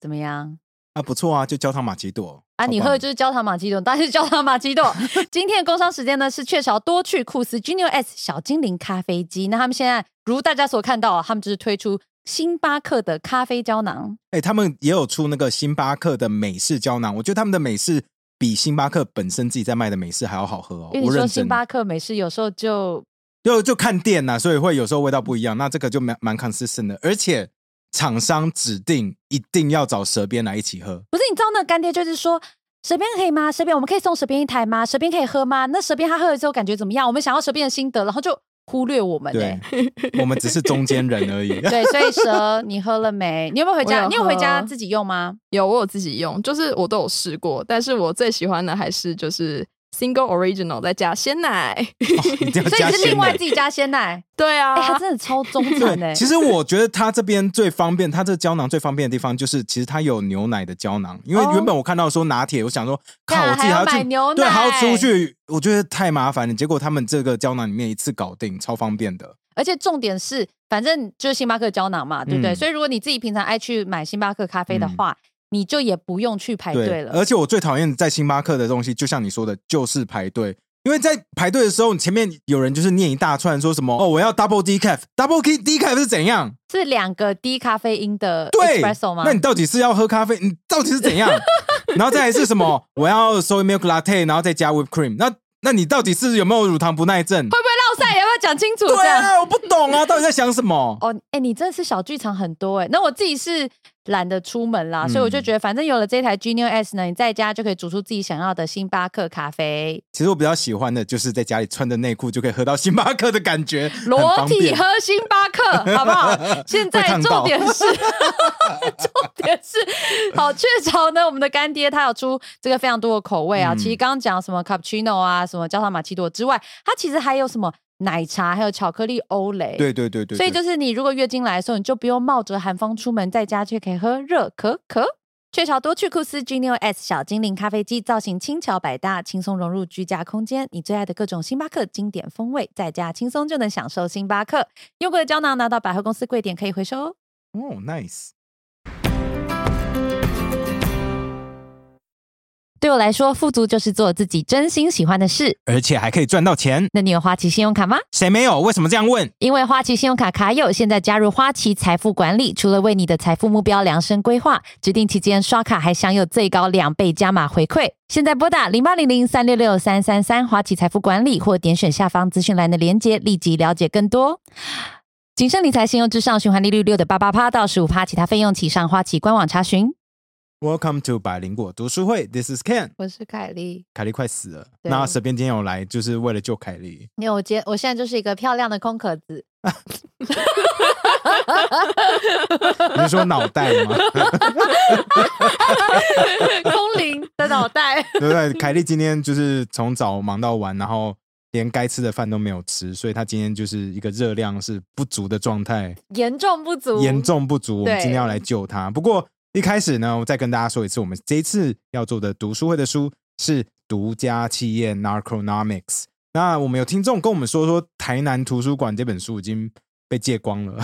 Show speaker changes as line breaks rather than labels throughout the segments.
怎么样？
啊，不错啊，就焦糖玛奇朵
啊，你喝的就是是焦糖玛奇朵，但是焦糖玛 奇朵。今天的工商时间呢是雀巢多趣酷斯 Genio S 小精灵咖啡机。那他们现在如大家所看到啊，他们就是推出星巴克的咖啡胶囊。
哎、他们也有出那个星巴克的美式胶囊，我觉得他们的美式比星巴克本身自己在卖的美式还要好喝哦。
因为你
我
说
认
星
真，
巴克美式有时候就
就就看店呐、所以会有时候味道不一样。那这个就蛮蛮 consistent 的，而且厂商指定一定要找蛇鞭来一起喝。
不是，你知道那个干爹就是说。蛇鞭可以吗？蛇鞭我们可以送蛇鞭一台吗？蛇鞭可以喝吗？那蛇鞭他喝了之后感觉怎么样？我们想要蛇鞭的心得，然后就忽略我们、
对
欸。，
我们只是中间人而已。
对，所以蛇你喝了没？你有没有回
我
家？
有
你有回家
喝
自己用 吗？
有我有自己用，就是我都有试过，但是我最喜欢的还是就是 single original 再加鲜奶。
一定要
所以
加
你是
鲜
另外
奶
自。己加鲜奶？
对啊，
哎、他真的超忠 诚哎、
对，其实我觉得它这边最方便，它这胶囊最方便的地方就是，其实它有牛奶的胶囊。因为
哦
原本我看到说拿铁，我想说，
对
靠，
啊
我自己
还要
去
买牛
对，还要
奶
出去，我觉得太麻烦了。结果他们这个胶囊里面一次搞定，超方便的。
而且重点是，反正就是星巴克胶囊嘛，对不对？
嗯
所以如果你自己平常爱去买星巴克咖啡的话，你就也不用去排队了。
而且我最讨厌在星巴克的东西，就像你说的，就是排队。因为在排队的时候，你前面有人就是念一大串，说什么哦，我要 double decaf，double decaf 是怎样？
是两个低咖啡因的
对
espresso 吗？
那你到底是要喝咖啡？你到底是 怎样？然后再来是什么？我要 soy milk latte，然后再加 whipped cream。那那你到底是有没有乳糖不耐症？
会不会绕赛？要不要讲清楚？这
对
样
啊，我不懂啊，到底在想 什么？
哦，哎、你真的是小剧场很多哎、那我自己是懒得出门啦，所以我就
嗯
觉得，反正有了这台 Genio S 呢，你在家就可以煮出自己想要的星巴克咖啡，
其实我比较喜欢的就是在家里穿着内裤就可以喝到星巴克的 感觉， 很
裸
方
体
便
喝星巴 克，好不好？现
会
在
烫
重
到
点是， 重点是，好雀巢呢，我们的干爹他有出这个非常多的口味啊。
嗯
其实刚刚讲什么 cappuccino 啊，什么焦糖玛奇朵之外，它其实还有什么奶茶，还有巧克力欧蕾。
对对对对对，
所以就是你如果月经来的时候，你就不用冒着寒风出门，在家却可以喝热可可。雀巢多趣酷斯 Genio S 小精灵咖啡机造型轻巧百搭，轻松融入居家空间。你最爱的各种星巴克经典风味，在家轻松就能享受星巴克。用过的胶囊拿到百货公司柜点可以回收哦。
哦，nice。
对我来说，富足就是做自己真心喜欢的事。
而且还可以赚到钱。
那你有花旗信用卡吗？
谁没有？为什么这样问？
因为花旗信用卡卡友现在加入花旗财富管理，除了为你的财富目标量身规划，指定期间刷卡还享有最高两倍加码回馈。现在拨打零八零零三六六三三三花旗财富管理，或点选下方资讯栏的连接，立即了解更多。谨慎理财，信用至上，循环利率六的八八趴到十五趴，其他费用请上花旗官网查询。
Welcome to 百灵果读书会，This is Ken。
我是凯莉，
凯莉快死了，
对
那蛇边今天有来，就是为了救凯莉。
因为我今我现在就是一个漂亮的空壳 子，
你是说脑袋吗？
空灵的脑袋。
对不对？凯莉今天就是从早忙到晚，然后连该吃的饭都没有吃，所以她今天就是一个热量是不足的状态，
严重不足
严重不足。我们
对
今天要来救她。不过一开始呢，我再跟大家说一次，我们这一次要做的读书会的书是《独家企业 Narconomics》。那我们有听众跟我们说说，台南图书馆这本书已经被借光了。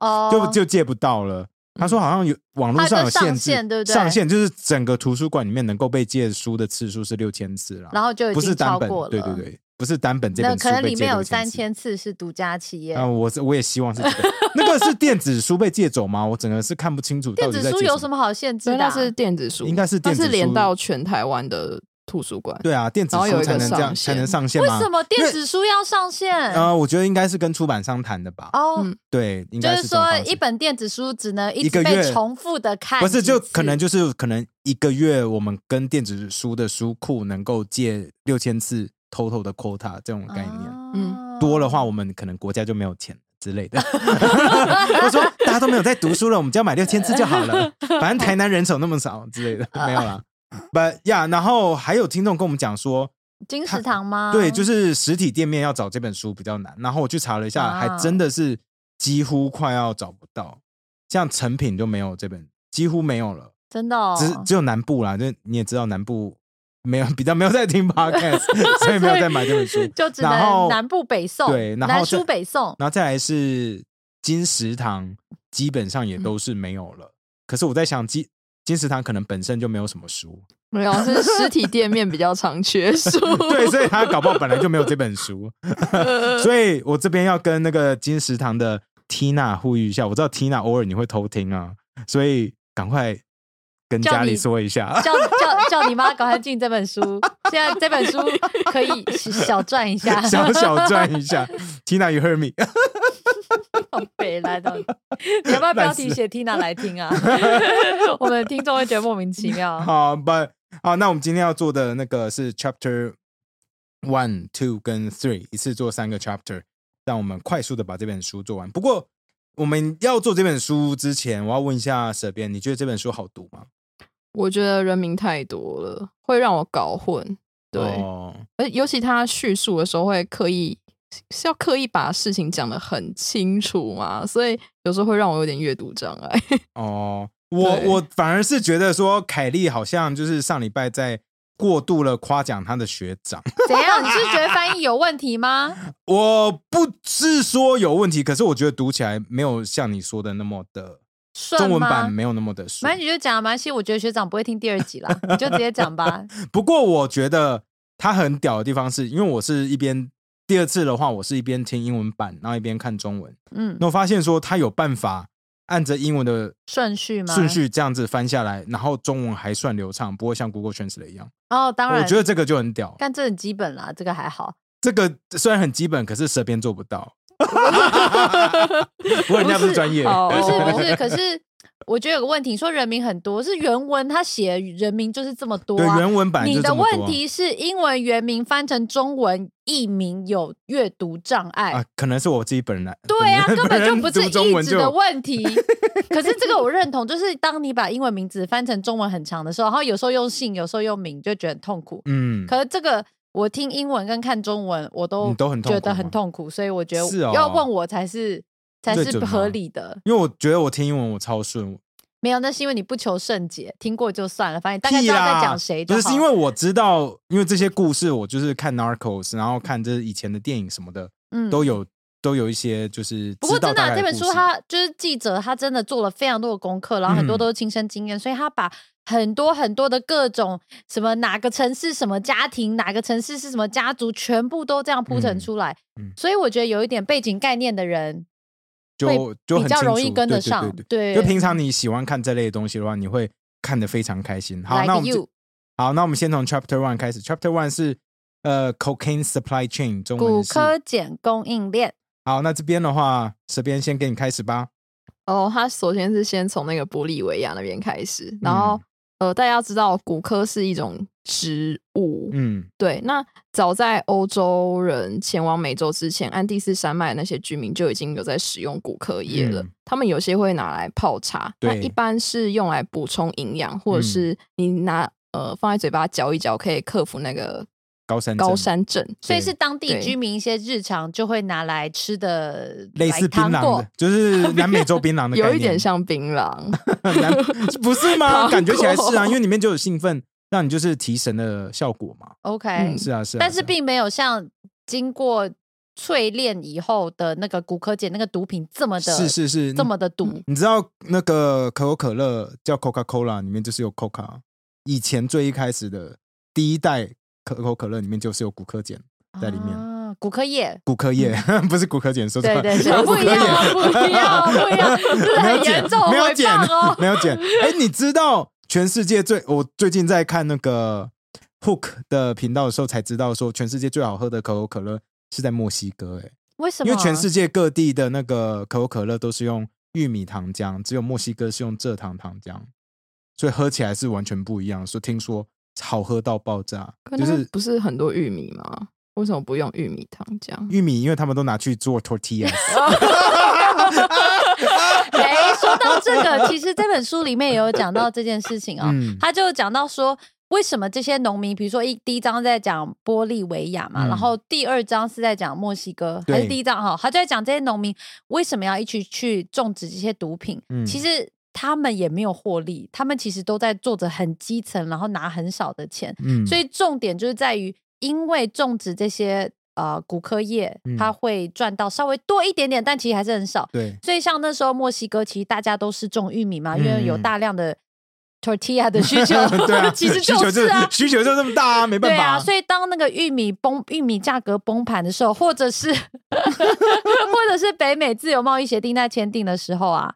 哦哦
就就借不到了。他说好像有网络
啊
上
就
有
上
限制，
限对不对
上限就是整个图书馆里面能够被借书的次数是六千次啦，
然后就已
不
经
是
超
单本
过了，，
对对。对，不是单本这
那
本书
可能
被
里
借
面有
6000
三
次。
千次是独家企业，
啊、我是我也希望是这 个，那个是电子书被借走吗？我整个是看不清楚到
电
底
子
在
书
借
有
什
什
么。
么好限制
所以
的
它
啊？
是电子书，
应该是
它
电子
是连
书
到全台湾的图书馆。
对啊，电子
然后有
书
一
才
个
能这样
上
才
限
能上线
为
吗？
什么电
为
子书要上线？
呃，我觉得应该是跟出版商谈的吧。
哦，
嗯
对，应
就
该
是
这种
说
方式
一本电子书只能一
一
直
个
被
月
重复的看几
不
次，
是，就可能就是可能一个月，我们跟电子书的书库能够借六千次 total 的 quota 这种概念，
哦啊
嗯
多的话，我们可能国家就没有钱之类 的。我说大家都没有在读书了，我们只要买六千次就好了，反正台南人手那么少 之类的，
啊
没有啦。But yeah，然后还有听众跟我们讲说，
金石堂吗？
对，就是实体店面要找这本书比较难。然后我去查了一下，
啊
还真的是几乎快要找不到，像成品就没有这本，几乎没有了。
真的哦，
只只有南部啦，就你也知道南部没有比 较没有在听 podcast，所以没有在买这本书。
就只
然
能
后
南部北送，
对然后
南
再
书 北送，嗯
然后再来是金石堂，基本上也都是没有了。可是我在想，金金石堂可能本身就没有什 么书，
没有，是实体店面比较常 缺书。
对，所以他搞不好本来就没有这 本书。所以我这边要跟那个金石堂的 Tina 呼吁一下，我知道 Tina 偶尔你会偷听啊，所以赶快跟
叫
家里
你
说一下。，
叫叫叫你妈赶快进这本书， 现在这本书可以小赚一下
小小赚一下 ，Tina you heard me，
好 北来 的，你要不要标题写 Tina 来听啊？我们听众会觉得莫名其妙。
好，But 好，那我们今天要做的那个是 Chapter One、Two 跟 Three，一次做三个 Chapter，让我们快速的把这本书做完。不过我们要做这本书之前，我要问一下舍边，你觉得这本书好读吗？
我觉得人名太多了，会让我搞混。对，
哦
而尤其他叙述的时候会刻意是要刻意把事情讲得很清楚嘛，所以有时候会让我有点阅读障碍。
哦，我
对
我反而是觉得说，凯莉好像就是上礼拜在过度了夸奖她的学长。
怎样？你是觉得翻译有问题吗？
我不是说有问题，可是我觉得读起来没有像你说的那么的
顺
中文
吗
版？没有那么的顺
反。正你就讲嘛，没关系我觉得学长不会听第二 集啦，你就直接讲吧。
不过我觉得它很屌的地方是，因为我是一边第二次的话，我是一边听英文版，然后一边看中文，
嗯，
那我发现说它有办法按着英文的
顺序吗？
顺。序这样子翻下来，然后中文还算流畅，不会像 Google Translate 一样。
哦，当然，
我觉得这个就很屌。
但这很基本啦，这个还好。
这个虽然很基本，可是舌边做不 到。不过人家不是专业，
好
不是不
哦
是，可是我觉得有个问题，你说人名很多是原文，他写人名就是这么多
对
啊。
原文版
你
就这
的
么多
问题是英文原名翻成中文译名有阅读障碍。
啊，可能是我自己 本来
对啊，根本就不是
读中
意
文
志
就
的问题。 可是这个我认同，就是当你把英文名字翻成中文很长的时候，然后有时候用姓，有时候用名，就觉得很痛苦。
嗯，
可是这个我听英文跟看中文，我都
你都很痛苦
觉得很
吗
痛苦，所以我觉
是
得
哦
要问我才是才
最
是
准吗
合理的。
因为我觉得我听英文我超顺，
没有，那是因为你不求甚解，听过就算了，反正大概知
屁
道在
啦，
讲谁
不
好
是，是因为我知道，因为这些故事我就是看 Narcos，然后看这以前的电影什么的，
嗯
都有都有一些就是
不过
知道
真的啊、
大概
这本
故
书
事
他就是记者，他真的做了非常多的功课，然后很多
嗯
都是亲身经验，所以他把很多很多的各种什么哪个城市什么家庭，哪个城市是什么家族，全部都这样铺陈
嗯
出来。
嗯
所以我觉得有一点背景概念的人
就就
比
很
较
清
容易
楚
跟
对
得
对
上
对。
对，
对就平常你喜欢看这类的东西的话，你会看得非常开心。好，
Like
那我们
you
就好，那我们先从 Chapter One 开始。Chapter One 是呃 cocaine supply chain 中
骨
文是
科碱供应链。
好，那这边的话，这边先给你开始吧。
哦，他首先是先从那个玻利维亚那边开始，然
嗯
后、呃，大家要知道骨科是一种植物，
嗯
对。那早在欧洲人前往美洲之前，安第斯山脉那些居民就已经有在使用骨科叶了。
嗯
他们有些会拿来泡茶，那
对
一般是用来补充营养，或者
嗯
是你拿呃放在嘴巴嚼一嚼，可以克服那个
高山
高
症
山症。
所以
对
是当地
对
居民一些日常就会拿来吃的，
类
来
似槟
糖
榔
果
的，就是南美洲槟榔的概念，
有一点像槟榔，
南， 不是吗？
糖
感觉起来是啊，
果
因为里面就有兴奋，让你就是提神的效果嘛。
OK，、
嗯
是啊，是啊，
但是
啊
并没有像经过淬炼以后的那个骨科碱那个毒品这么的，
是嗯是是，
这么的毒。
你知道那个可口可乐叫 Coca Cola，里面就是有 Coca。以前最一开始的第一代可口可乐里面就是有骨科碱，在里面
啊，骨科液，
骨科液 不是骨科碱，说错
对
了，
嗯对
是
对，
骨
不
科
一样
碱
哦，不一样哦，不一 样，这很严重，
没有剪没有
诽
剪
谤 哦。
没有剪。哎、你知道全世界最我最近在看那个 Hook 的频道的时候，才知道说全世界最好喝的可口可乐是在墨西哥、哎，
为什么？
因为全世界各地的那个可口可乐都是用玉米糖浆，只有墨西哥是用蔗糖糖浆，所以喝起来是完全不一样。所以听说好喝到爆炸，
可
就
那
是
不是很多玉米吗？为什么不用玉米糖浆？
玉米，因为他们都拿去 做 tortillas。
哎，说到这个，其实这本书里面也有讲到这件事情哦。
嗯
他就讲到说，为什么这些农民，比如说一第一章在讲玻利维亚嘛，
嗯
然后第二章是在讲墨西哥，
对
还是第一章哈？他就在讲这些农民为什么要一起去种植这些毒品。
嗯
其实他们也没有获利，他们其实都在做着很基层，然后拿很少的钱。
嗯，
所以重点就是在于，因为种植这些呃骨科业
嗯，
它会赚到稍微多一点点，但其实还是很少。
对，
所以像那时候墨西哥，其实大家都是种玉米嘛，因为有
嗯
大量 的 tortilla 的需求，
对啊，
其实
需求
是啊。
需求就这么大啊，没办
对
法
啊，所以当那个玉米崩、玉米价格崩盘的时候，或者 是或者是北美自由贸易协定在签订的时候啊，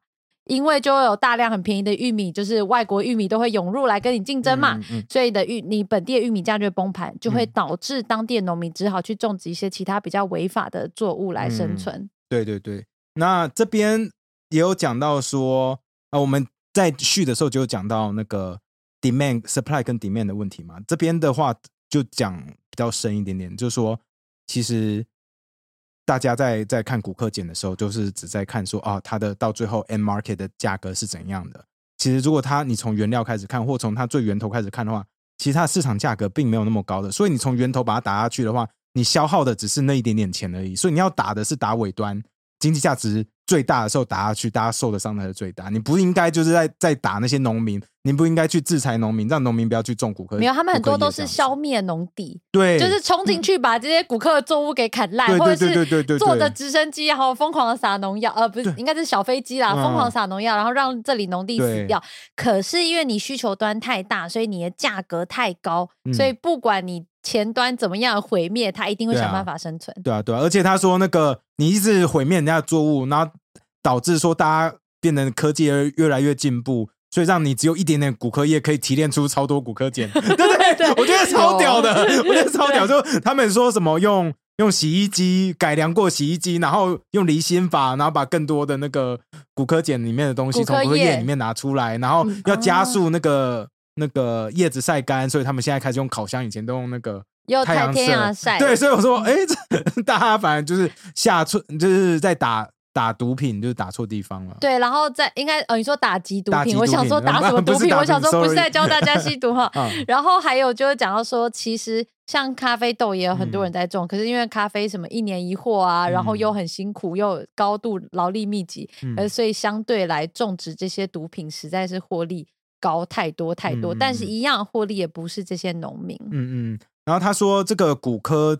因为就会有大量很便宜的玉米，就是外国玉米都会涌入来跟你竞争嘛，
嗯嗯
所以你的玉你本地的玉米价就会崩盘，就会
嗯
导致当地的农民只好去种植一些其他比较违法的作物来
嗯
生存。
对对对，那这边也有讲到说，啊、我们在续的时候就有讲到那个 demand supply 跟 demand 的问题嘛。这边的话就讲比较深一点点，就是说，其实大家在在看骨科碱的时候，就是只在看说啊，它的到最后 end market 的价格是怎样的。其实如果它你从原料开始看，或从它最源头开始看的话，其实它的市场价格并没有那么高的，所以你从源头把它打下去的话，你消耗的只是那一点点钱而已。所以你要打的是打尾端，经济价值最大的时候打下去，大家受的伤才是最大。你不应该就是在在打那些农民，你不应该去制裁农民，让农民不要去种骨科。
没有，他们很多
骨科
都
业这
是
样子
消灭农地，
对，
就是冲进去把这些骨科的作物给砍烂，
嗯对
或
对
者
对对
是
对对，
坐
对
着直升机，然后疯狂的撒农药，呃，不是
对，
应该是小飞机啦，
嗯
疯狂撒农药，然后让这里农地
对
死掉。可是因为你需求端太大，所以你的价格太高，
嗯
所以不管你前端怎么样毁灭，它一定会
对啊
想办法生存。
对啊，对啊，而且他说那个你一直毁灭人家的作物，然后导致说大家变得科技越越来越进步，所以让你只有一点点骨科业可以提炼出超多骨 科碱，对不对？我觉得超屌的，我觉得超屌。就他们说什么用用洗衣机改良过洗衣机，然后用离心法，然后把更多的那个骨科碱里面的东西
骨
从
科哦
骨科液
液
里面拿出来，然后
嗯
要加速那个。那个叶子晒干，所以他们现在开始用烤箱，以前都用那个
又
太阳
太天
射
阳晒，
对，所以我说，哎、这大家反正就是下错，就是在打打毒品，就是打错地方了。
对，然后再应该呃，你说打击毒
打击
品，
毒
我想
品呃
说打什么毒
不是
品？
打
我想
毒
说
品
不是
sorry
在教大家吸毒哈。
啊，
然后还有就是讲到说，其实像咖啡豆也有很多人在种，可是因为咖啡什么一年一货啊，然后
嗯
又很辛苦，又高度劳力密集，
嗯
呃，所以相对来种植这些毒品实在是获利高太多太多，
嗯嗯
但是
嗯
一样获利也不是这些农民。
嗯嗯。然后他说，这个骨科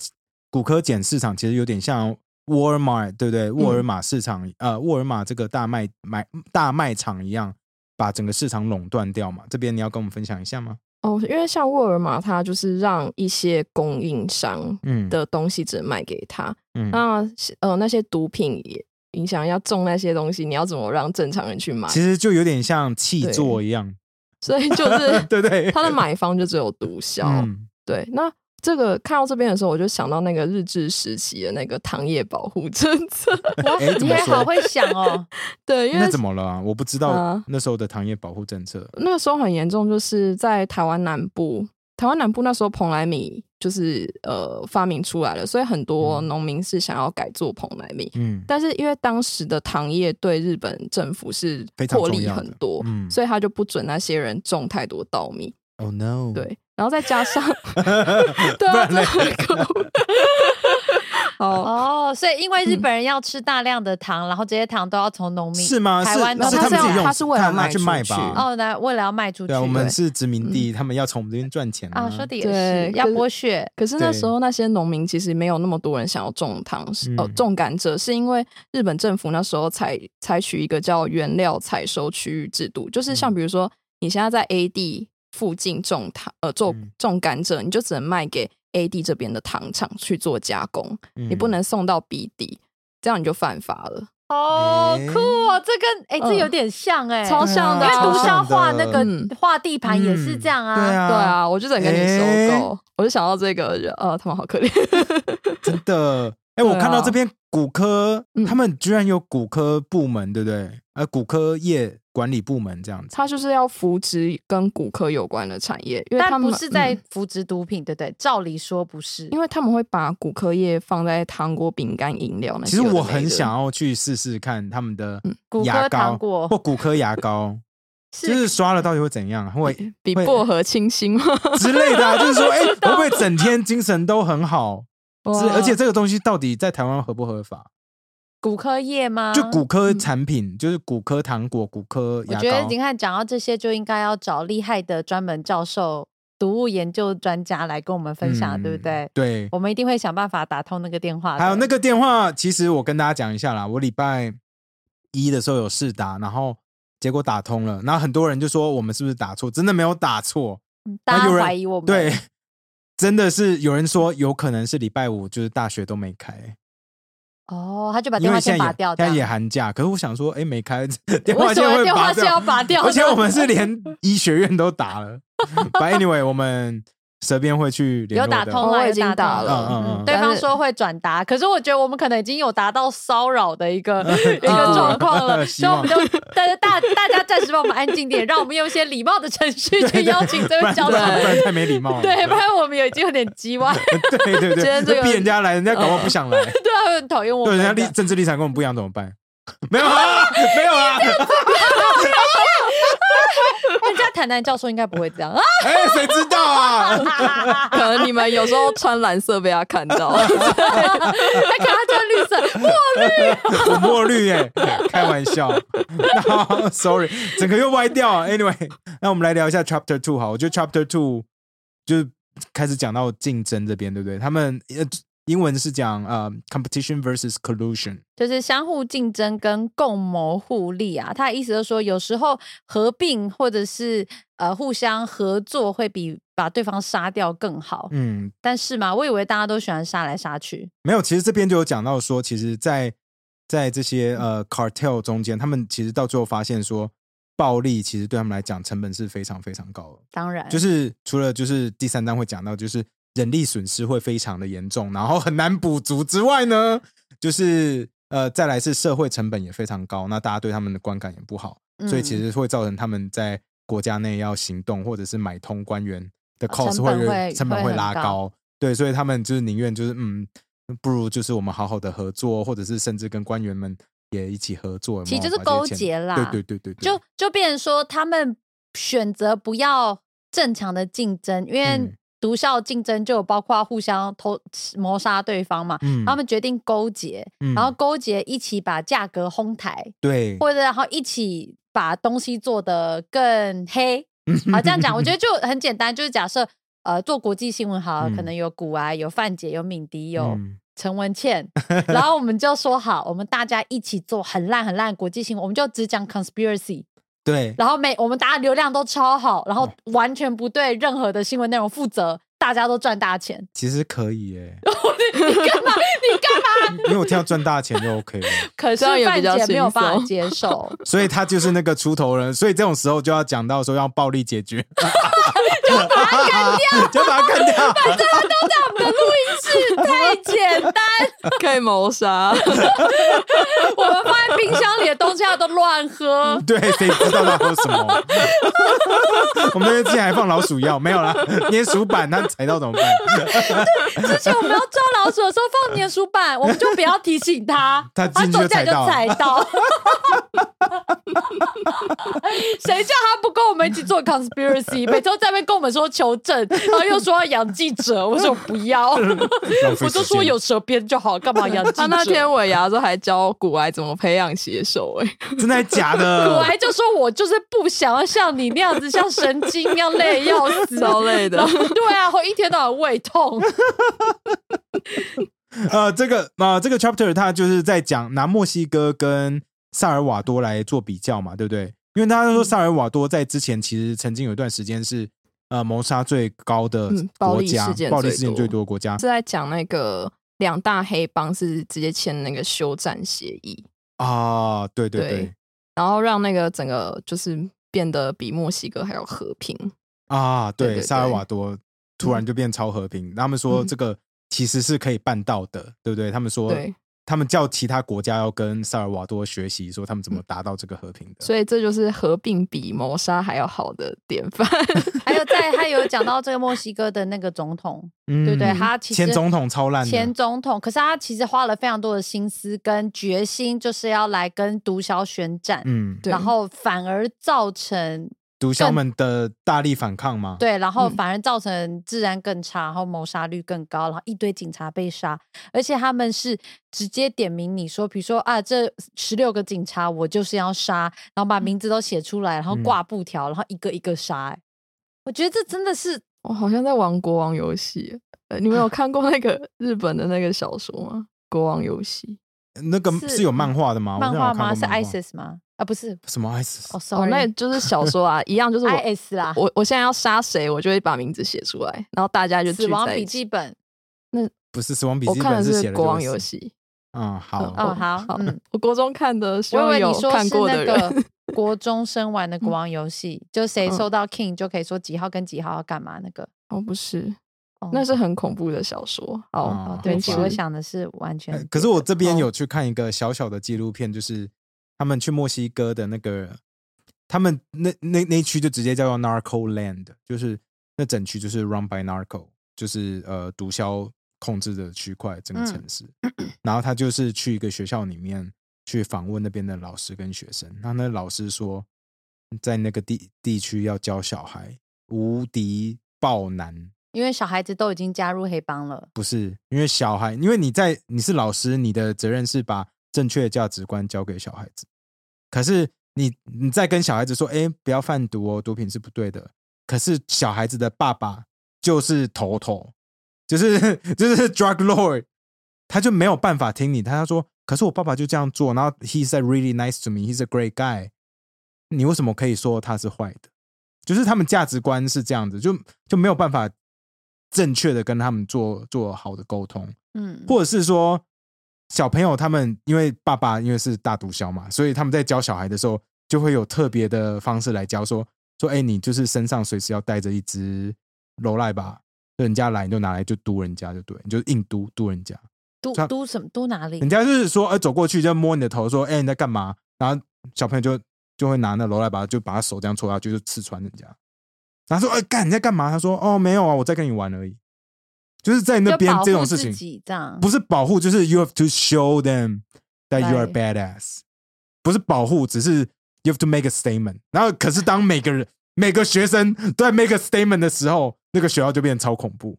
骨科碱市场其实有点像沃尔玛，对不对？沃
嗯
尔玛市场，呃，沃尔玛这个大卖买大卖场一样，把整个市场垄断掉嘛。这边你要跟我们分享一下吗？
哦，因为像沃尔玛，它就是让一些供应商
嗯，
的东西只能卖给他，
嗯，
那呃那些毒品也影响要种那些东西，你要怎么让正常人去买？
其实就有点像气
对
座一样，
所以就是
对不 对？
他的买方就只有毒枭。
嗯，
对，那这个看到这边的时候，我就想到那个日治时期的那个糖业保护政策。
哎，怎
你
么
也好
说？
会想 哦，
对，因为
那怎么了啊？我不知道
啊
那时候的糖业保护政策。
那个时候很严重，就是在台湾南部，台湾南部那时候蓬莱米就是呃发明出来了，所以很多
嗯
农民是想要改做蓬莱米。
嗯，
但是因为当时的糖业对日本政府是
非常
获
重
利
要的
很多，
嗯
所以他就不准那些人种太多稻米。
Oh no！，
对，然后再 加上
不
对啊，
然
这
嘞，
很酷。 好，
哦，所以因为日本人要吃大量的糖，然后这些糖都要从农民
嗯是吗？
台
是
湾
那
的
是
他
他
是
们自己
要
用，
他是为了
看拿
卖
去
出
卖
去嗯
吧？
哦，那为了要卖出去，
对啊，我们是嗯殖民地，他们要从我们这边赚钱
啊，说的也
对
是要
可是
剥削，
可是那
对
时候那些农民其实没有那么多人想要种糖，是呃
嗯，
种甘蔗，是因为日本政府那时候采采取一个叫原料采收区域制度，就是像
嗯
比如说你现在在 A 地附近种糖，呃，种
嗯
种甘蔗，你就只能卖给 A 地这边的糖厂去做加工，
你
你不能送到 B 地，这样你就犯法了。
哦，
诶
酷哦，这跟哎、这
嗯
有点像哎、
超像的啊
因为毒枭画那个
嗯
画地盘也是这样啊，
对
对
啊，
啊，我就得跟你
诶
收购，我就想到这个人，呃，他们好可怜。
真 的。哎，
对
我
啊
看到这边骨科，
嗯
他们居然有骨科部门，对不对？呃，骨科业管理部门这样子。
他就是要扶植跟骨科有关的产业，因为他
但
们
不是在
嗯
扶植毒品，对不对？照理说不是
因，为他们会把骨科业放在糖果、饼干、饮料那
其
些
实
有的没的。嗯
我很想要去试试看他们的
骨
牙
科
膏
糖果
或骨科牙膏，就是刷了到底会怎样？ 会
比
会
薄荷清新吗？
之类的、啊，就是说， 哎、会不会整天精神都很好？ 是，
哇
而且这个东西到底在台湾合不合法？
骨科业吗？
就骨科产品，就是骨科糖果、骨科
啊嗯我
牙
觉得
膏
你，看讲到这些，就应该要找厉害的专门教授毒物研究专家来跟我们分享，对不
嗯
对？
对，
我们一定会想办法打通那个电话的。
还有那个电话，其实我跟大家讲一下啦，我礼拜一的时候有试打，然后结果打通了，然后很多人就说我们是不是打错，真的没有打错，
大
有
家
人
怀疑我们，
对， 真的是有人说有可能是礼拜五就是大学都没开，
哦，他就把
因
电
为
话
现
先
在
拔
也
掉，
现在
这
也
样
寒假，可是我想说，哎，没开 电话
为什
线
么
会
电
拔
话是要
掉，
拔掉的？
而且我们是连医学院都打 了，反正 anyway 我们舌边会去联
有
络
打
的
通
我
了，
哦已经
有
打
打
了嗯嗯嗯
对
但
方
是
说会转达，可是我觉得我们可能已经有达到骚扰的一 个一个
嗯
状况了，
希
所以我们就
望
大大大家暂时帮我们安静点，让我们用一些礼貌的程序去邀请这位
不
教
然不
授。
然太没礼貌 了。
对，不然我们已经有点叽 歪，
对对
今
对，
天这
就
个
逼人家来，人家搞不好不想来，
对啊，很讨厌 我
对，
们
人家立
的。
政治立场跟我们不一样怎么办？ 没有啊，没有啊，
人家谈谈教授应该不会这样啊。
哎，谁知道啊？
可能你们有时候穿蓝色被他看到，
他可能他穿绿色，
我墨绿哎，开玩笑 No,，sorry，整个又歪掉啊。Anyway，那我们来聊一下 Chapter Two 好，我觉得 Chapter Two 就是开始讲到竞争这边，对不对？他们呃英文是讲呃 competition versus collusion，
就是相互竞争跟共谋互利啊。他的意思就是说，有时候合并或者是呃互相合作，会比把对方杀掉更好。
嗯，
但是嘛，我以为大家都喜欢杀来杀去，
没有，其实这边就有讲到说，其实在，在这些呃 cartel 中间，他们其实到最后发现说，暴力其实对他们来讲成本是非常非常高的。
当然
就是除了就是第三章会讲到，就是人力损失会非常的严重，然后很难补足之外呢， 就是呃再来是社会成本也非常高，那大家对他们的观感也不好，
嗯
所以其实会造成他们在国家内要行动或者是买通官员的
哦成
cost
本
会
会
成本
会
会
很
拉
高
高，对，所以他们就是宁愿就是嗯，不如就是我们好好的合作，或者是甚至跟官员们也一起合作，有
其实
没有
就是
把这
勾
些钱
结啦
对对对对对，
就就变成说他们选择不要正常的竞争，因为
嗯
毒枭竞争就有包括互相偷谋杀对方嘛。
嗯
他们决定勾结，
嗯
然后勾结一起把价格哄抬，
对，
或者然后一起把东西做得更 黑。好，这样讲，我觉得就很简单，就是假设呃做国际新闻好了，
嗯
可能有古啊，有范姐，有敏迪，有
嗯
陈文茜，然后我们就说好，我们大家一起做很烂很烂的国际新闻，我们就只讲 conspiracy，
对，
然后每我们大家流量都超好，然后
哦
完全不对任何的新闻内容负责，大家都赚大钱。
其实可以耶，
你干嘛？
因为我听到赚大钱就 OK 了，
可是
这样也
范
比较
姐没有
轻
办法
松
接受，
所以他就是那个出头人，所以这种时候就要讲到说要暴力解决，就把他干掉，就把他干掉，
是太简单。
可以谋杀。
我们放在冰箱里的东西，它都乱 喝。
对，谁知道他喝什么？ 我们之前还放老鼠药，没有啦，粘鼠板他踩到怎么办？
之前我们要抓老鼠的时候放粘鼠板，我们就不要提醒 它，
它进去
走
就
进来
踩
就
到
踩到。 谁叫他不跟我们一起做 conspiracy？每周在那边跟我们说求证，然后又说要养记者，我说不 要，
浪费
我就
时间
说有蛇鞭就好，干嘛养记者？
他那天尾牙的时候还教古埃怎么培养写手、哎，
真的还假的？
我还就说我就是不想要像你那样子，像神经一样累得要死。
超累的
然。后对啊，会一天到晚胃痛。
呃，这个呃，这个 chapter 它就是在讲拿墨西哥跟萨尔瓦多来做比较嘛，对不对？因为大
嗯
家都说萨尔瓦多在之前其实曾经有一段时间是呃谋杀最高的
嗯暴
国
力
家，
事件
暴力
最
事件
多
最多的国家。
是在讲那个两大黑帮是直接签那个休战协议，
啊，对对对
对然后让那个整个就是变得比墨西哥还要和平。
啊，
对
对，
对
萨尔
对
瓦多突然就变超和平，他们说
嗯
这个其实是可以办到的，对不对？他们说，
对，
他们叫其他国家要跟萨尔瓦多学习，说他们怎么达到这个和平的。
嗯所以这就是合并比谋杀还要好的典 范。
还有在他有讲到这个墨西哥的那个总统，
嗯
对不对？他其实
前总统超烂的，
前总统，可是他其实花了非常多的心思跟决心，就是要来跟毒枭宣战，
嗯，
对
然后反而造成
毒枭们的大力反抗嘛，
对，然后
嗯
反而造成治安更差，然后谋杀率更高，然后一堆警察被杀，而且他们是直接点名你说，比如说啊，这十六个警察我就是要杀，然后把名字都写出来，然后
嗯
挂布条，然后一个一个杀、欸我觉得这真的是
我好像在玩国王游戏。呃，你们 有看过那个日本的那个小说吗？国王游戏
那个
是
是有漫画的啊吗？我
漫
好像有
画
看过
吗？是
漫
ISIS 吗？啊，不是，
什么 ISIS？
哦
哦，那
，sorry，啊
就是小说啊，一样就是我
IS 啦，
我我现在要杀谁，我就会把名字写出来，然后大家就聚
死亡
在一
笔
起
记本。
不是《死亡笔
我
记
看
本
的》
写了
国王
就
游
会死。
戏，
嗯，好，
哦好 嗯
我国中看的，希
我以
望
为
有
你说
看
是
过
那
的人。
个国中生玩的国王游戏，就谁
嗯
抽到 King 就可以说几号跟几号要干嘛那个。
哦，不是，
哦
那是很恐怖的小说。
哦
哦，
哦，对不起，
好吧
我想的是完全
呃
别的。
可是我这边
哦
有去看一个小小的纪录片，就是他们去墨西哥的那个，他们那那那一区就直接叫做 Narco Land，就是那整区就是 run by narco，就是呃毒枭控制的区块，整个城
嗯
市。然后他就是去一个学校里面去访问那边的老师跟学生，那那老师说，在那个地地区要教小孩无敌爆男。
因为小孩子都已经加入黑帮了，
不是，因为小孩，因为你在你是老师，你的责任是把正确的价值观教给小孩子。可是你你在跟小孩子说，哎，不要贩毒哦，毒品是不对的。可是小孩子的爸爸就是头头，就是 就是 drug lord，他就没有办法听你。他说，可是我爸爸就这样做，然后 he's a really nice to me，he's a great guy。你为什么可以说他是坏的？就是他们价值观是这样子，就就没有办法正确的跟他们做做好的沟通，
嗯，
或者是说小朋友他们因为爸爸因为是大毒枭嘛，所以他们在教小孩的时候就会有特别的方式来教说，说哎、你就是身上随时要带着一支罗赖吧，就人家来你就拿来就嘟人家就对，你就硬嘟嘟人家，
都
像
都什么都哪里
人？家就是说呃走过去就摸你的头说哎、你在干嘛，然后小朋友就就会拿那罗赖吧就把他手这样戳下去就刺穿人家，然后说哎干、你在干嘛？他说哦没有啊我在跟你玩而已，就是在那
就
边
保
这
护
种事
自
情。
己这样
不是保护，就是 you have to show them that you are badass，不是保护，只是 you have to make a statement。然后，可是当每个人、每个学生都在 make a statement 的时候，那个学校就变得超恐怖。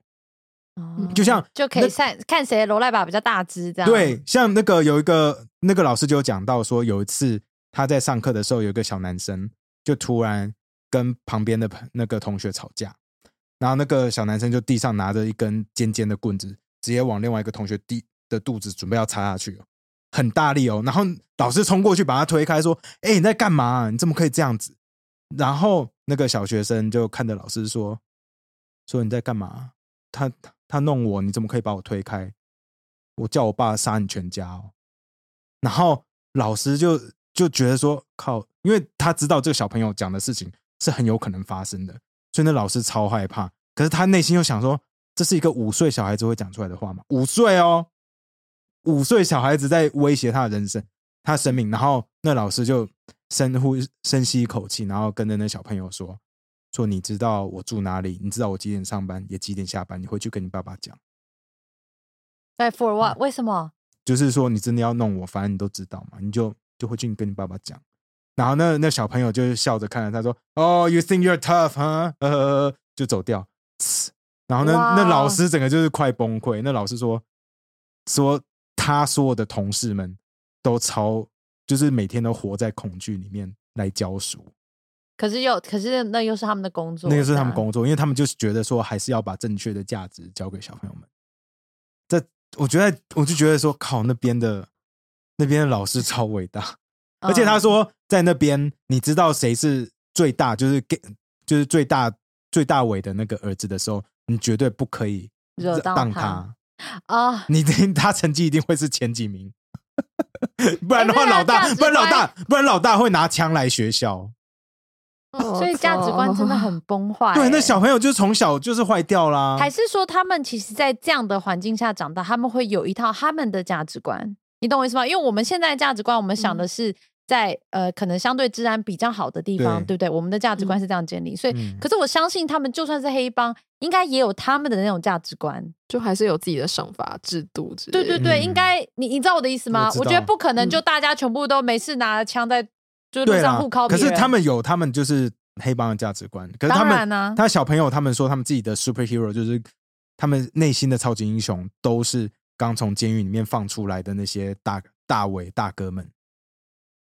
哦
就像
就可
那
以看看谁的罗赖吧比较大只这样。
对，像那个有一个那个老师就有讲到说，有一次他在上课的时候，有一个小男生就突然跟旁边的朋那个同学吵架，然后那个小男生就地上拿着一根尖尖的棍子，直接往另外一个同学地的肚子准备要插下去哦，很大力哦。然后老师冲过去把他推开，说：“哎、你在干嘛啊、你怎么可以这样子？”然后那个小学生就看着老师说：“说你在干嘛啊？他他弄我，你怎么可以把我推开？我叫我爸杀你全家哦。”然后老师就就觉得说：“靠！”因为他知道这个小朋友讲的事情是很有可能发生的，所以那老师超害怕。可是他内心又想说：“这是一个五岁小孩子会讲出来的话吗？五岁哦，五岁小孩子在威胁他的人生。”他生命，然后那老师就深呼深吸一口气，然后跟着那小朋友说：“说你知道我住哪里，你知道我几点上班，也几点下班，你回去跟你爸爸讲。
对，for what？为
嗯
什么？
就是说你真的要弄我，反正你都知道嘛，你就就回去跟你爸爸讲。”然后那那小朋友就是笑着看着他说：“哦、y o u think you're tough，哈、huh?，呃，就走掉。”呲然后那
哇
那老师整个就是快崩溃。那老师说说他所有的同事们都超，就是每天都活在恐惧里面来教书。
可是又可是那又是他们的工作，啊
那个是他们
这样
工作，因为他们就是觉得说，还是要把正确的价值教给小朋友们。这我觉得，我就觉得说，靠，那边的那边的老师超 伟大，而且他
嗯
说在那边，你知道谁是最大，就是给就是最大最大伟的那个儿子的时候，你绝对不可以
惹到
当
他
他，
啊，
你他成绩一定会是前几名， 不然的话，
哎诶那他
老大，
价值
不然老
观
大，不然老大会拿枪来学校。
哦
哦 所以价值观真的很崩坏。
对，那
欸
小朋友就从小就是坏掉啦，
还是说他们其实，在这样的环境下长大，他们会有一套他们的价值观，你懂我意思吗？因为我们现在的价值观，我们想的
嗯
是在、呃，可能相对治安比较好的地方，
对
对不对？我们的价值观是这样建立，所以，
嗯
可是我相信他们就算是黑帮，应该也有他们的那种价值观。
就还是有自己的想法、制度之类
对
的。
对对，
嗯
应该你你知道我的意思吗？
我知
我
道
觉得不可能
嗯
就大家全部都没事拿枪在就是路
对
上
啦，
互靠
可
别人。
是他们有他们就是黑帮的价值观，可是他
当
们
然啊
他小朋友他们说他们自己的 superhero 就是他们内心的超级英雄都是刚从监狱里面放出来的那些大大伟欸大哥们，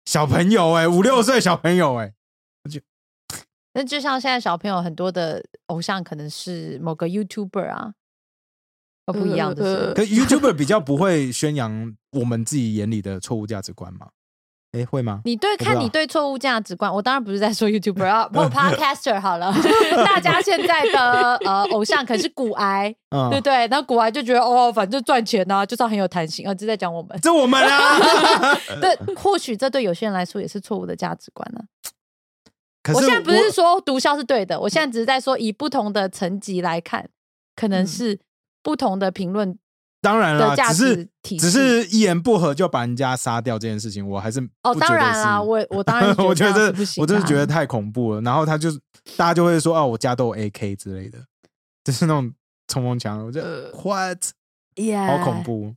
小朋友哎、五六岁小朋友哎、我就
那就像现在小朋友很多的偶像可能是某个 YouTuber 啊，哦不一样的
呃
是
呃
可 YouTuber 比较不会宣扬我们自己眼里的错误价值观吗？哎，会吗？
你对
不
看
知
你
道
对错误价值观，我当然不是在说 YouTuber 啊，我 Podcaster 好了，大家现在的呃偶像可是骨 癌，
嗯，
对不对？那骨癌就觉得哦，反正赚钱呐、就是要很有弹性啊，这在讲我们。
这我 们啊。
对，或许这对有些人来说也是错误的价值观呢、啊
可是
我现在不是说毒枭是对的，我现在只是在说以不同的层级来看，可能
嗯
是不同的评论
当然
的
啦，
价
只
值
是
体系。
只是一言不合就把人家杀掉这件事情，我还是
哦，
不觉
当
得
然
是
啦，我我当然
我
觉
觉
得这样
得
是不行、啊，
我真的觉得太恐怖了。然后他就是大家就会说哦，我家都有 AK 之类的，就是那种冲锋枪，我觉
呃
得 what 好
Yeah
恐怖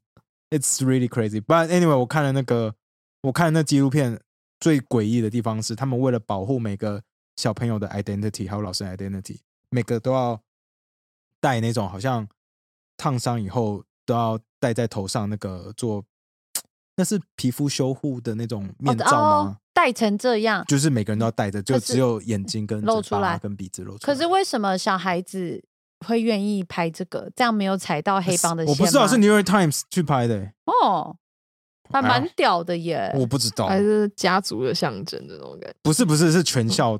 ，it's really crazy。But anyway，我看了那个我看了那纪录片，最诡异的地方是他们为了保护每个小朋友的 identity 还有老师的 identity，每个都要戴那种好像烫伤以后都要戴在头上那个做。那是皮肤修护的那种面罩吗？
哦，戴成这样。
就是每个人都要戴着，就
可是
只有眼睛跟
露
嘴巴
出来
跟鼻子露出
可
来。
是为什么小孩子会愿意拍这个？这样没有踩到黑帮的线
我不知道
吗
是 New York Times 去拍的、
哦，还
哎呀
蛮屌的耶。
我不知道，
还是家族的象征的那种感嗯觉。
不是不是是全校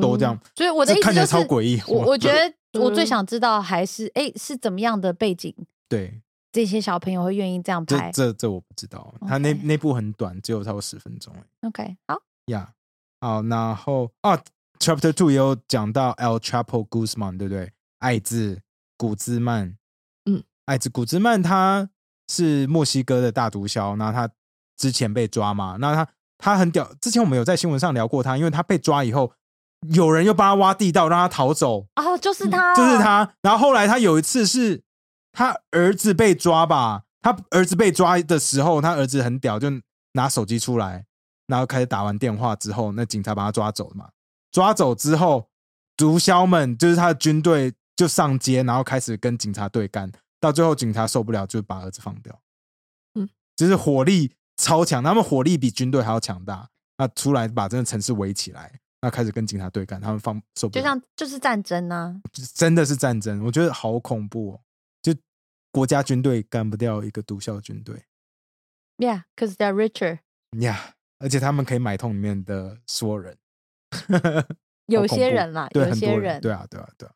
都这样，
所嗯以我的
这
意思
看起
就
来
是
超，诡异。
我我觉得我最
嗯
想知道还是哎、是怎么样的背景，
对，
这些小朋友会愿意这样
这
拍
这这我不知道，他那
OK
那部很短，只有超过十分钟而已
？OK，好，
呀。好，然后啊，Chapter Two 也有讲到 El Chapo Guzman，对不对？艾兹古兹曼，
嗯，
艾兹古兹曼他是墨西哥的大毒枭，那他之前被抓嘛，那他他很屌，之前我们有在新闻上聊过他，因为他被抓以后，有人又帮他挖地道让他逃走，
哦，就是他，
嗯就是，他。然后后来他有一次是他儿子被抓吧，他儿子被抓的时候，他儿子很屌，就拿手机出来，然后开始打完电话之后，那警察把他抓走了嘛。抓走之后，毒枭们就是他的军队就上街，然后开始跟警察对干，到最后警察受不了，就把儿子放掉。
嗯，
就是火力超强，他们火力比军队还要强大。那出来把这个城市围起来，那开始跟警察对干，他们放受不
就
了。
像就是战争啊，
真的是战争，我觉得好恐怖哦！就国家军队干不掉一个毒枭军队
，Yeah，cause they're richer。
呀而且他们可以买通里面的所有人，
有
好恐
些
怖
人啦，
对
有
很
些
多人，对啊，对啊，对啊。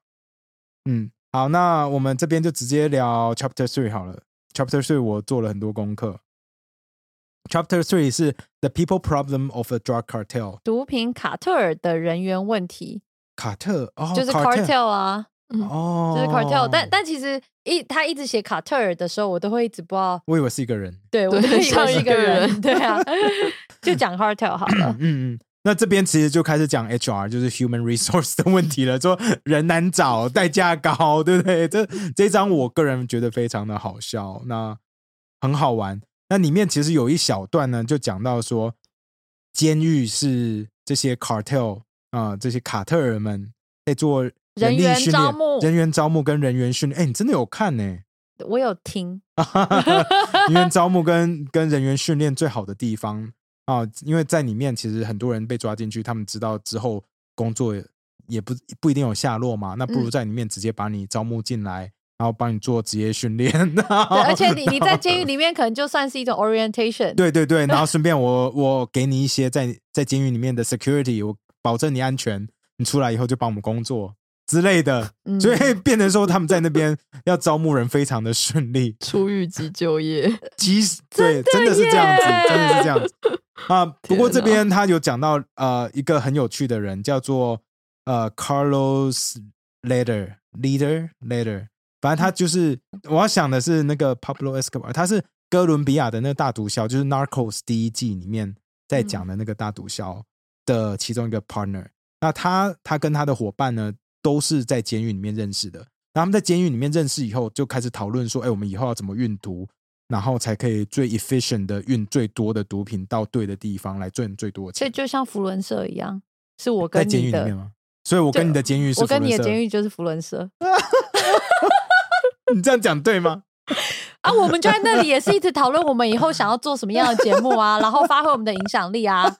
嗯，好，那我们这边就直接聊 Chapter Three 好了。Chapter Three 我做了很多功课。Chapter Three 是 The People Problem of a Drug Cartel，
毒品卡特尔的人员问题，
卡特哦，
就是
cartel
cartel 啊，
哦，
就是 cartel、但但其实一他一直写卡特尔的时候，我都会一直不知道，
我以为是一个人。
对我
对
都以为
像
是
一
一个
个
人，
人
对 啊，就讲 cartel 好了。
嗯，嗯，那这边其实就开始讲 HR，就是 human resource 的问题了，说人难找，代价高，对不对？这这一章我个人觉得非常的好笑，那很好玩。那里面其实有一小段呢，就讲到说，监狱是这些 cartel 啊、这些卡特尔们在做
人
力
员
训
招
练
募
人员招募跟人员训练。哎，你真的有看呢、
我有听，
因为招募跟跟人员训练最好的地方啊，因为在里面其实很多人被抓进去，他们知道之后工作也不不一定有下落嘛，那不如
嗯
在里面直接把你招募进来，然后帮你做职业训练。
对，而且你你在
监
监狱里面可能就算是一种 orientation，
哦 对对对，然后顺便我我给你一些在在监狱里面的 security，我保证你安全，你出来以后就帮我们工作之类的，
嗯
所以变成说他们在那边要招募人非常的顺利。
出狱即就业，
其实对，真的是这样子，真的是这样子啊。不过这边他有讲到呃一个很有趣的人，叫做呃 Carlos Leader Leader Leader，反正他就是我要想的是那个 Pablo Escobar，他是哥伦比亚的那个大毒枭，就是 Narcos 第一季里面在讲的那个大毒枭的其中一个 partner。那他他跟他的伙伴呢，都是在监狱里面认识的。然后他们在监狱里面认识以后，就开始讨论说，哎，我们以后要怎么运毒，然后才可以最 efficient 的运最多的毒品到对的地方来赚最多的
所以
钱。
就像福伦社一样，是我
在
跟
监
你
狱里面
的，
吗？所以我跟你的监狱是
我跟你的监
狱，
狱就是福伦社。
你这样讲对吗？
啊，我们就在那里也是一直讨论我们以后想要做什么样的节目啊，然后发挥我们的影响力啊，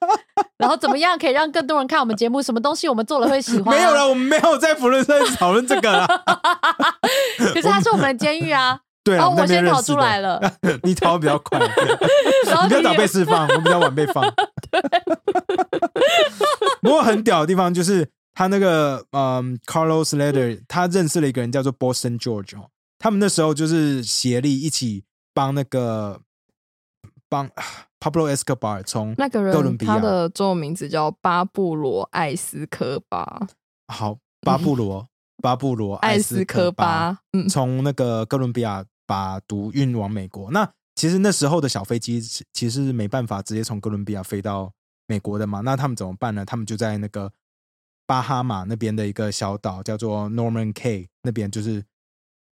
然后怎么样可以让更多人看我们节目，什么东西我们做了会喜欢、啊。
没有了，我们没有在福 伦社讨论这个了。
可是他是我们的监狱 啊，
对
然
啊，
后
我
哦我
们那边
先
认
逃
识
出
的
来，了，
你逃得比较快，
然后
你比
就
较早被释放，我比较晚被放。不过很屌的地方就是他那个嗯，Carlos Leder，他认识了一个人叫做 Boston George 哦，他们那时候就是协力一起帮那个帮啊 Pablo Escobar 从
那个
哥伦
人
比亚
他的中文名字叫巴布罗·艾斯科巴，
好巴布罗巴布罗
艾
斯
斯科
巴
巴，嗯，
从那个哥伦比亚把毒运往美国。那其实那时候的小飞机是其实是没办法直接从哥伦比亚飞到美国的嘛。那他们怎么办呢？他们就在那个巴哈马那边的一个小岛叫做 Norman Cay 那边，就是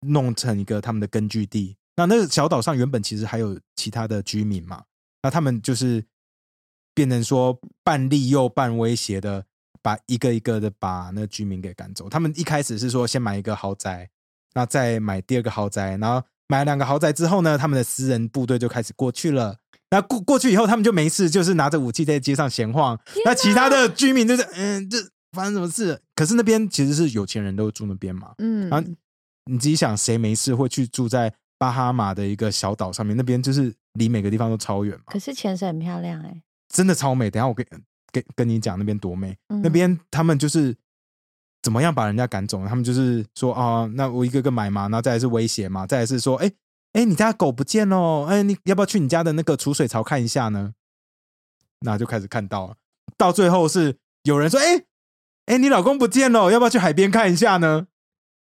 弄成一个他们的根据地。那那个小岛上原本其实还有其他的居民嘛，那他们就是变成说半利诱半威胁的，把一个一个的把那居民给赶走。他们一开始是说先买一个豪宅，那再买第二个豪宅，然后买了两个豪宅之后呢，他们的私人部队就开始过去了。那过过去以后，他们就没事，就是拿着武器在街上闲晃。那其他的居民就是，嗯，这发生什么事？可是那边其实是有钱人都住那边嘛。然后
嗯，
你自己想，谁没事会去住在巴哈马的一个小岛上面？那边就是离每个地方都超远嘛。
可是潜水很漂亮哎、
真的超美。等一下我跟跟跟你讲那边多美，
嗯
那边他们就是怎么样把人家赶走，他们就是说啊、那我一个个买嘛，然后再来是威胁嘛，再来是说，哎、哎、你家狗不见喽，哎、你要不要去你家的那个储水槽看一下呢？那就开始看到了，到最后是有人说，哎、哎、你老公不见喽，要不要去海边看一下呢？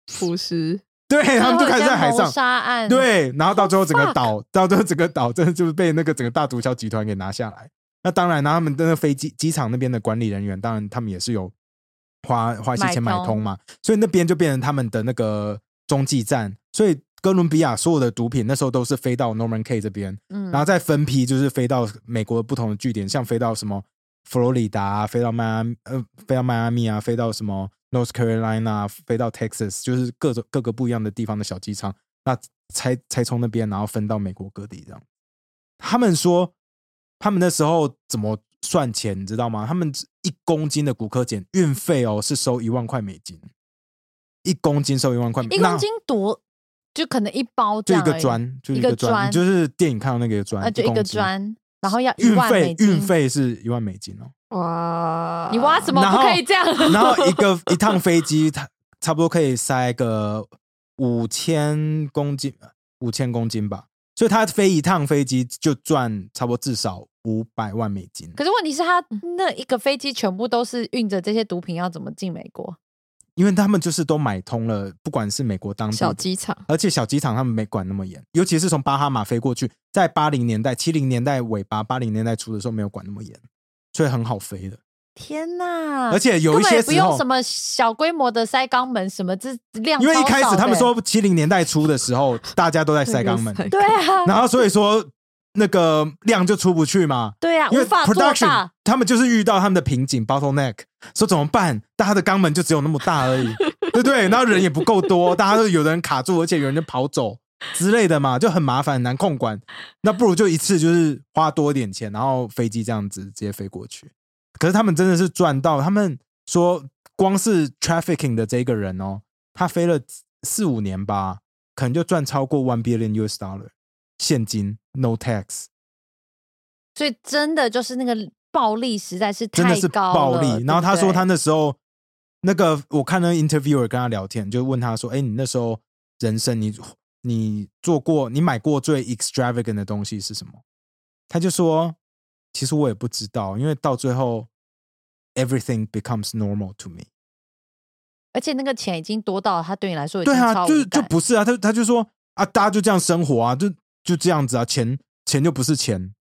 厨师。
对，他们就开始在海
哦这会有
上
谋。杀案，，
对，然后到最后整个
fuck
岛，到最后整个岛真的就是被那个整个大毒枭集团给拿下来。那当然，然后他们的那飞机机场那边的管理人员，当然他们也是有花花一些钱买
买
通
通
嘛，所以那边就变成他们的那个中继站。所以哥伦比亚所有的毒品那时候都是飞到 Norman K 这边，
嗯
然后再分批就是飞到美国不同的据点，像飞到什么佛罗里达、啊，飞到迈阿密，呃，飞到迈阿密啊，飞到什么 North Carolina，啊飞到 Texas，就是各种各个不一样的地方的小机场，那才才从那边然后分到美国各地这样。他们说，他们那时候怎么算钱，你知道吗？他们一公斤的骨科碱运费哦是收一万块美金，一公斤收一万块，
一
那
公斤多，就可能一包这
就一
样而已，
个砖，就
一
个
个
砖，
砖
你就是电影看到那个砖，
啊，就一
公
个
斤
砖，然后要一
运
万美
费
金，
运，费是一万美金哦，
哇！
你挖什么
然
不
后
可以这样？
然后一个一趟飞机，它差不多可以塞个五千公斤，五千公斤吧，所以他飞一趟飞机就赚差不多至少五百万美金，
可是问题是，他
嗯
那一个飞机全部都是运着这些毒品，要怎么进美国？
因为他们就是都买通了，不管是美国当地
小机场，
而且小机场他们没管那么严，尤其是从巴哈马飞过去，在八零年代、七零年代尾巴、八零年代初的时候没有管那么严，所以很好飞的。
天哪！
而且有
啊根
一
本
些
也不
时
用
候
什，么小规模的塞肛门什么，这量
因为一
超
开始
少
他们
的
说七零年代初的时候，大家都在塞肛门，
对
对啊，
然后所以说那个量就出不去嘛，
对啊，
因为
无法做
production
大。
他们就是遇到他们的瓶颈 bottleneck，说怎么办？大家的肛门就只有那么大 而已，对不对？然后人也不够多，大家都有的人卡住，而且有人就跑走之类的嘛，就很麻烦，很难控管。那不如就一次就是花多一点钱，然后飞机这样子直接飞过去。可是他们真的是赚到，他们说光是 trafficking 的这个人哦，他飞了四五年吧，可能就赚超过 one billion US dollar 现金 no tax。
所以真的就是那个暴力实在是
真的
太
是
高
暴
了
力。然后他说他，
对
那时候那个，我看那个 interviewer 跟他聊天，就问他说：“哎，你那时候人生你你做过你买过最 extravagant 的东西是什么？”他就说：“其实我也不知道，因为到最后 everything becomes normal to me。”
不对而且那个钱已经多到他对你来说已经
对啊，
超
就
无
是就
感
不是啊，他他就说啊，大家就这样生活啊，就就这样子啊，钱钱就不是钱，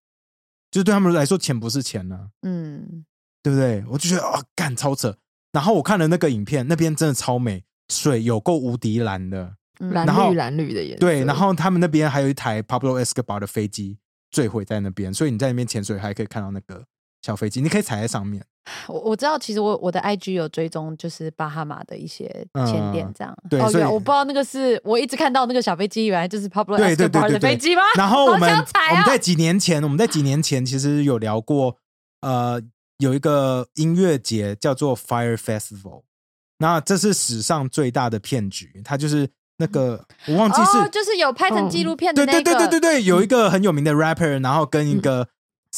就对他们来说钱不是钱呢、啊。
嗯，
对不对？我就觉得啊，干超扯。然后我看了那个影片，那边真的超美，水有够无敌蓝的。
嗯
蓝
然后
绿蓝绿的颜色。
对，然后他们那边还有一台 Pablo Escobar 的飞机坠毁在那边，所以你在那边潜水还可以看到那个小飞机，你可以踩在上面。
我我知道，其实我我的 IG 有追踪，就是巴哈马的一些前店
嗯
这样。
对
哦，
所
原
以
来我不知道那个是我一直看到那个小飞机，原来就是 Pablo
对对
Escobar
对对
的
对
飞机吗？
然后我们、
好想踩啊
我们在几年前，我们在几年前其实有聊过，呃，有一个音乐节叫做 Fire Festival，那这是史上最大的骗局，它就是那个我忘记是、
哦，就是有拍成纪录片的
对
那个，嗯
对对对对对，有一个很有名的 rapper，然后跟一个、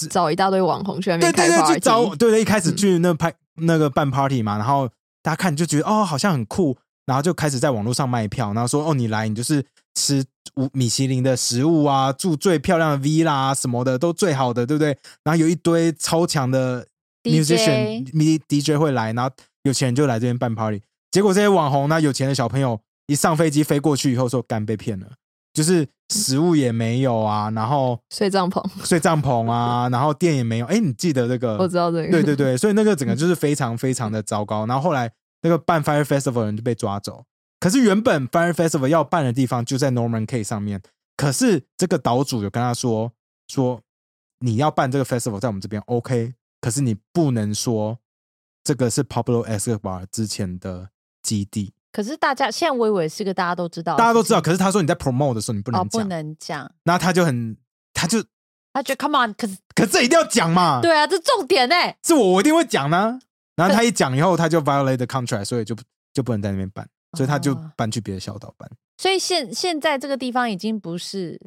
找一大堆网红去那
对
边
对
开
对，去
party，
找对对，一开始
嗯
去那拍、那个办 party 嘛，然后大家看就觉得哦好像很酷，然后就开始在网络上卖票，然后说哦你来你就是吃五米其林的食物啊，住最漂亮的 villa 啊什么的都最好的，对不对？然后有一堆超强的
DJ
musician Mi- DJ 会来，然后有钱人就来这边办 party，结果这些网红那有钱的小朋友一上飞机飞过去以后说干被骗了，就是食物也没有啊，然后。
睡帐篷，
睡帐篷啊， 然后店也没有。哎、你记得这个？
我知道这个，
对对 对，所以那个整个就是非常非常的糟糕。然后后来那个办 Fire Festival 的人就被抓走，可是原本 Fire Festival 要办的地方就在 Norman K 上面，可是这个岛主有跟他说说你要办这个 Festival 在我们这边 OK，可是你不能说这个是 Pablo Escobar 之前的基地，
可是大家现在我以为是个大家都知
哦
道的事情，
大家都知道。可是他说你在 promote 的时候你不
哦
能
不
讲，
能讲，
那他就很他就
他觉得 Come on，可是
可是这一定要讲嘛，
对啊，这重点哎、
是我，我一定会讲呢。然后他一讲以后，他就 violate the contract，所以就不就不能在那边办，所以他就
哦
搬去别的小岛办。
所以现现在这个地方已经不是，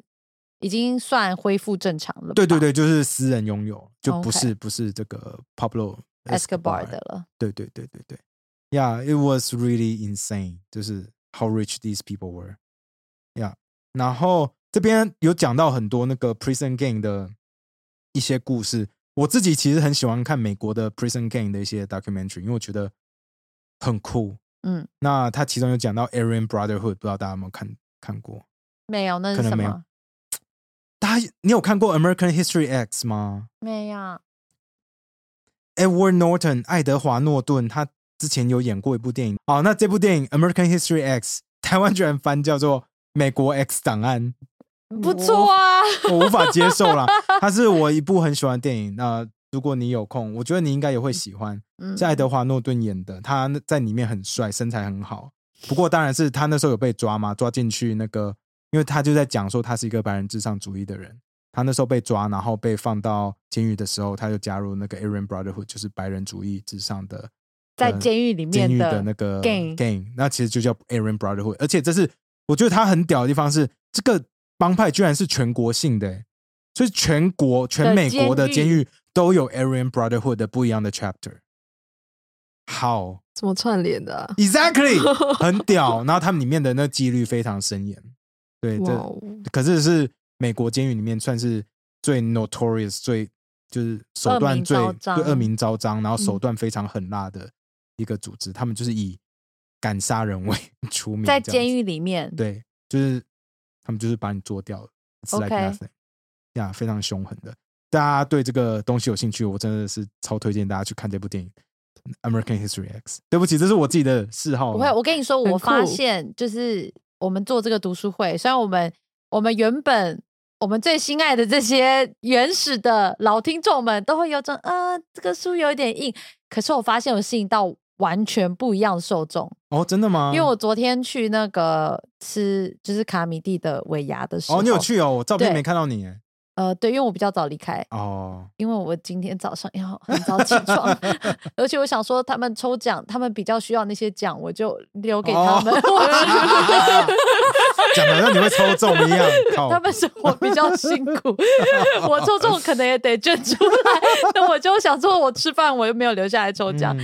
已经算恢复正常了。
对对。对，就是私人拥有，就
啊 OK
不是不是这个 Pablo
Escobar 的。了，
对对对对对，Yeah, it was really insane，就是 how rich these people were. Yeah，然后这边有讲到很多那个 prison gang 的一些故事。我自己其实很喜欢看美国的 prison gang 的一些 documentary，因为我觉得很酷。
嗯，
那他其中有讲到 Aryan Brotherhood，不知道大家有没有看看过？
没有，那
可
是
能
什
没有
么？
大家你有看过 American History X 吗
没有，
？Edward Norton，爱德华诺顿，他之前有演过一部电影。哦，那这部电影《American History X》，台湾居然翻叫做《美国 X 档案》。嗯
不错啊。
我无法接受啦。它是我一部很喜欢的电影。那、如果你有空，我觉得你应该也会喜欢。
嗯
是爱德华诺顿演的，他那在里面很帅，身材很好。不过当然是他那时候有被抓嘛，抓进去那个，因为他就在讲说他是一个白人至上主义的人。他那时候被抓，然后被放到监狱的时候，他就加入那个 Aryan Brotherhood，就是白人主义至上的
在
呃
监狱里
监
面
狱
的
的那个
gang
gang，那其实就叫 Aryan Brotherhood，而且这是我觉得他很屌的地方是，这个帮派居然是全国性的、欸，所以全国全
的
美国的
监
监
狱
狱都有 Aryan Brotherhood 的不一样的 chapter。好
怎么串联的啊？
，exactly，很屌。然后他们里面的那纪律非常森严，对，
哇
这
哦，
可是是美国监狱里面算是最 notorious、最就是手段最
恶名昭彰
对恶名昭彰，然后手段非常狠辣的一个组织。他们就是以敢杀人为出名，
在
这样子
监狱里面，
对，就是他们就是把你做掉了，It's like
OK
nothing，呀、非常凶狠的。大家对这个东西有兴趣，我真的是超推荐大家去看这部电影《American History X》。对不起，这是我自己的嗜好啊
不
啦。
会，我跟你说，
很
我发
酷
现就是我们做这个读书会，虽然我们我们原本我们最心爱的这些原始的老听众们都会有种呃，这个书有点硬，可是我发现我吸引到完全不一样的受众，
哦，真的吗？
因为我昨天去那个吃就是卡米蒂的尾牙的时候，
哦，你有？去哦，我照片
对
没看到你耶
呃，对，因为我比较早离开，
哦。
因为我今天早上要 很早起床，而且我想说他们抽奖，他们比较需要那些奖，我就留给他们。
哦 讲的像你会抽中一样，靠
他们说我比较辛 苦，我抽中可能也得捐出来。那我就想说，我吃饭我又没有留下来抽奖。
嗯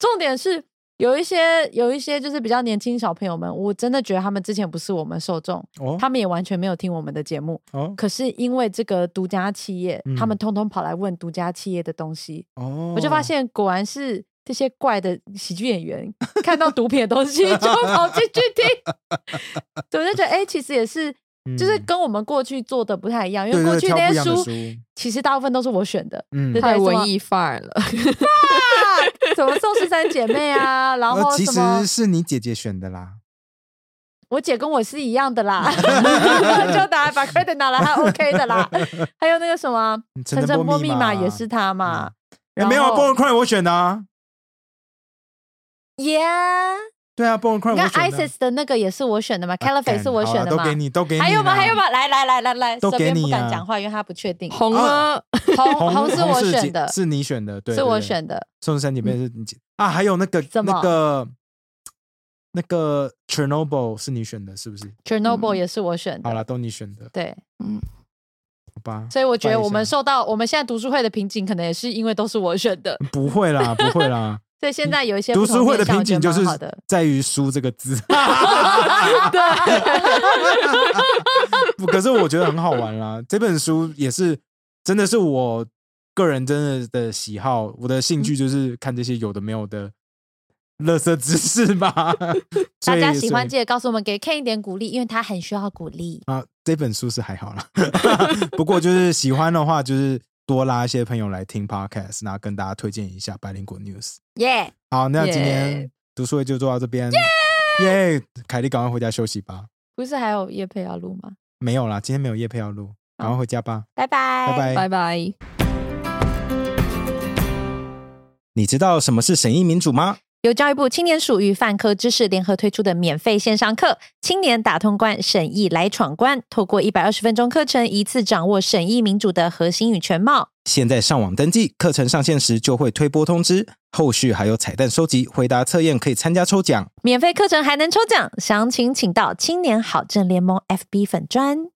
重点是有一些有一些就是比较年轻小朋友们，我真的觉得他们之前不是我们受众，
哦
他们也完全没有听我们的节目。
哦
可是因为这个独家企业，他
嗯
们通通跑来问独家企业的东西，
哦，
我就发现果然是这些怪的喜剧演 员看到毒品的东西就跑进去听， 对，我就觉得哎、诶其实也是，就是
嗯
跟我们过去做的不太一样，因为
对对
过去
挑
那
不一
些
样的
书
书
其实大部分都是我选 的，
嗯
对，
太
什么
文艺范 儿了，
什么《宋氏三姐妹》 啊，然
呃
后
其
什么
实是你姐姐选的啦，
我姐跟我是一样的 啦， 就拿把 credit 拿来，她 OK 的啦，还有那个什么《
陈
晨
波
波
密
密码》也是她嘛
嗯，
然后
没有啊 b o r n Cry 我选的啊，
，Yeah，
对啊 b o r n Cry
你
我
看
选的啊。啊
ISIS 的那个也是我选的嘛，Caliphate
干
是我
好
选
啦
的
都
嘛。
给你，都给你啦。
还有吗？还有吗？来来来来来，
都
这
给
边不
你
敢
啊
讲话，因为他不确定。
红了，
红
红
红是我选的，
是你选的，对，
是我
对对
选的。
宋山姐妹是你姐啊，还有那个
什么
那个那个 Chernobyl 是你选的，是不是？
Chernobyl
嗯
也是我选
好
的，
了，都你选的，
对。
好吧？
所以我觉得
拜一
我们
下
受到我们现在读书会的瓶颈，可能也是因为都是我选 的，
不会啦，不会啦。
所以现在有一些
读
不同
书会的
面向
瓶
我觉得
颈就是啊
蛮好的。
在于“输”这个字，
对，
不可是我觉得很好玩啦。这本书也是，真的是我个人真的的喜好，我的兴趣就是看这些有的没有的垃圾知识 吧。
大家
所以
喜欢
所以
记得告诉我们，给 Ken 一点鼓励，因为他很需要鼓励。
啊，这本书是还好啦， 不过就是喜欢的话，就是多拉一些朋友来听 podcast，然后跟大家推荐一下百灵果 news。
耶，
好，那今
Yeah
天读书会就做到这边，耶！凯莉，赶快回家休息吧。
不是还有叶佩要录吗？
没有啦，今天没有夜配要录，赶快回家吧，
拜拜，
拜拜。
拜拜。
你知道什么是审议民主吗？
由教育部青年署与泛科知识联合推出的免费线上课《青年打通关审议来闯关》，透过一百二十分钟课程，一次掌握审议民主的核心与全貌。
现在上网登记，课程上线时就会推播通知，后续还有彩蛋收集、回答测验，可以参加抽奖。
免费课程还能抽奖，详情请到青年好政联盟 FB 粉专。